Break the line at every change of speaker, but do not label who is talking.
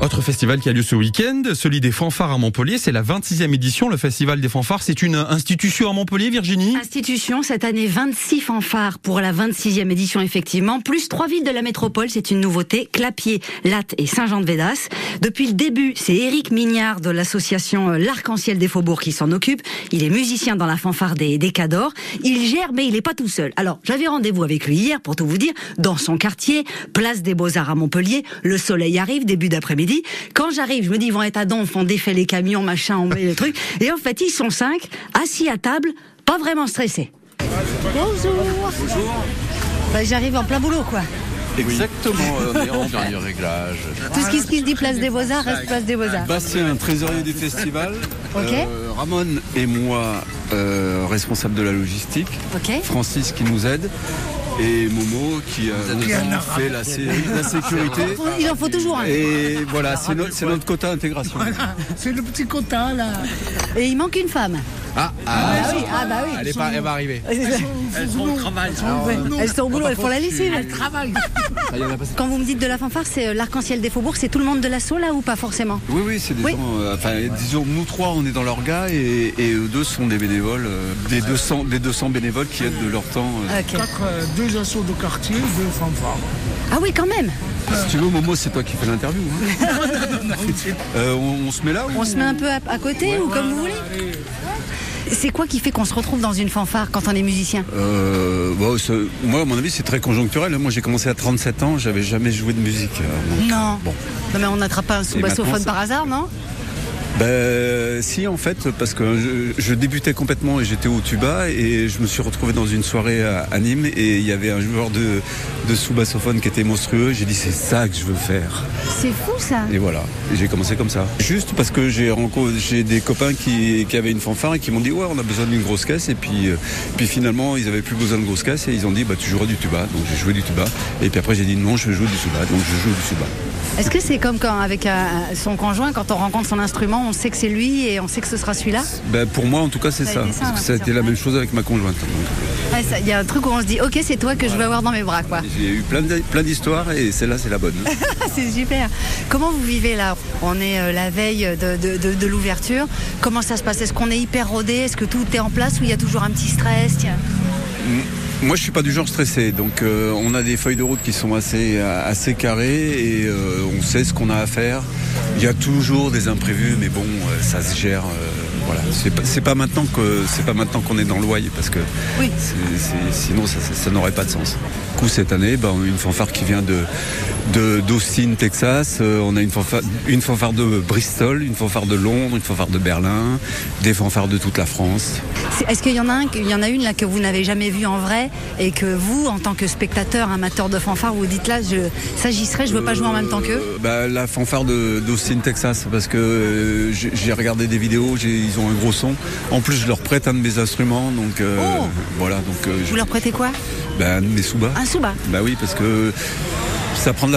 Autre festival qui a lieu ce week-end, celui des fanfares à Montpellier. C'est la 26e édition. Le festival des fanfares, c'est une institution à Montpellier, Virginie
Institution, cette année 26 fanfares pour la 26e édition, effectivement. Plus trois villes de la métropole, c'est une nouveauté. Clapier, Latte et Saint-Jean-de-Védas. Depuis le début, c'est Éric Mignard de l'association euh, L'Arc-en-Ciel des Faubourgs qui s'en occupe. Il est musicien dans la fanfare des, des Cadors. Il gère, mais il n'est pas tout seul. Alors, j'avais rendez-vous avec lui hier, pour tout vous dire, dans son quartier, place des Beaux-Arts à Montpellier. Le soleil arrive, début d'après-midi. Quand j'arrive, je me dis, ils vont être à Donf, on défait les camions, machin, on met le truc. Et en fait, ils sont cinq, assis à table, pas vraiment stressés. Bonjour. Bonjour. Bah, j'arrive en plein boulot, quoi.
Exactement, on est en plein réglage.
Tout ce qui se dit place des Beaux-Arts reste place des Beaux-Arts.
Bastien, trésorier du festival.
Ok.
Euh, Ramon et moi, euh, responsable de la logistique.
Ok.
Francis qui nous aide. Et Momo qui euh, nous a fait la, sé- la sécurité.
Il en faut toujours un.
Et voilà, c'est notre, c'est notre quota intégration.
C'est le petit quota là.
Et il manque une femme.
Ah,
Ah,
ah,
oui, ah bah oui.
elle, est pas, elle va arriver.
Elles sont au travail. Ah
Elles sont au boulot, elles font la lessive.
Elles travaillent.
Quand vous me dites de la fanfare, c'est euh, l'arc-en-ciel des faubourgs, c'est tout le monde de l'assaut là ou pas forcément
Oui, oui, c'est des
Oui.
gens. euh, enfin, disons, nous trois, on est dans l'orga et, et eux deux sont des bénévoles, euh, des, 200, des 200 bénévoles qui aident de leur temps. euh.
Ok.
Quatre, euh, deux assauts de quartier, deux fanfares.
Ah oui, quand même.
Si tu veux, Momo, c'est toi qui fais l'interview. hein. Euh, on, on se met là ou-
On se met un peu à, à côté ou comme vous voulez. C'est quoi qui fait qu'on se retrouve dans une fanfare quand on est musicien
Euh, bon, ce- moi, à mon avis, c'est très conjoncturel. Moi, j'ai commencé à 37 ans, j'avais jamais joué de musique. Euh, bon.
Non. Non mais on n'attrape pas un
Et maintenant,
sous-bassophone
ça-
par hasard, non
Ben, si, en fait, parce que je, je débutais complètement et j'étais au tuba et je me suis retrouvé dans une soirée à, à Nîmes et il y avait un joueur de, de sous-bassophone qui était monstrueux. J'ai dit, c'est ça que je veux faire.
C'est fou ça.
Et voilà, Et j'ai commencé comme ça. Juste parce que j'ai rencontré j'ai des copains qui, qui avaient une fanfare et qui m'ont dit ouais on a besoin d'une grosse caisse et puis, euh, puis finalement ils avaient plus besoin de grosse caisse et ils ont dit bah tu joueras du tuba donc j'ai joué du tuba et puis après j'ai dit non je joue du tuba donc je joue du tuba.
Est-ce que c'est comme quand avec un- son conjoint, quand on rencontre son instrument, on sait que c'est lui et on sait que ce sera celui-là
Ben, pour moi en tout cas c'est
Ça a
ça,
été ça,
parce que
ouais,
ça a
c'est
été la
vrai.
même chose avec ma conjointe.
Ouais, ça- Il y a un truc où on se dit, ok, c'est toi que je veux avoir dans mes bras, quoi.
Donc, J'ai eu plein de- plein d'histoires et celle-là c'est la bonne.
Ah, c'est super. Comment vous vivez là On est euh, la veille de, de- de- de l'ouverture. Comment ça se passe Est-ce qu'on est hyper rodé Est-ce que tout est en place ou il y a toujours un petit stress Tiens.
Moi, je suis pas du genre stressé, donc euh, on a des feuilles de route qui sont assez euh, assez carrées et euh, on sait ce qu'on a à faire. Il y a toujours des imprévus, mais bon, euh, ça se gère. euh, voilà, c'est pas, c'est pas maintenant que c'est pas maintenant qu'on est dans l'ouaille parce que
Oui.
c'est- c'est- sinon ça, ça- ça n'aurait pas de sens. Du coup, cette année, ben, on a une fanfare qui vient de de- d'Austin, Texas. euh, on a une fanfare, une fanfare de Bristol, une fanfare de Londres, une fanfare de Berlin, des fanfares de toute la France.
C'est- Est-ce qu'il y en a un, qu'il y en a une là que vous n'avez jamais vue en vrai et que vous, en tant que spectateur, amateur de fanfare, vous dites là, je s'agirais, je veux pas jouer en même temps qu'eux
Euh, bah, La fanfare de- d'Austin, Texas, parce que euh, j'ai j'ai regardé des vidéos, j'ai- ils ont un gros son. En plus, je leur prête un de mes instruments, donc euh,
Oh. Ah.
voilà. Donc, euh, je-
Vous leur prêtez quoi
bah, un de mes soubas.
Un souba.
Bah oui, parce que ça prend de la place.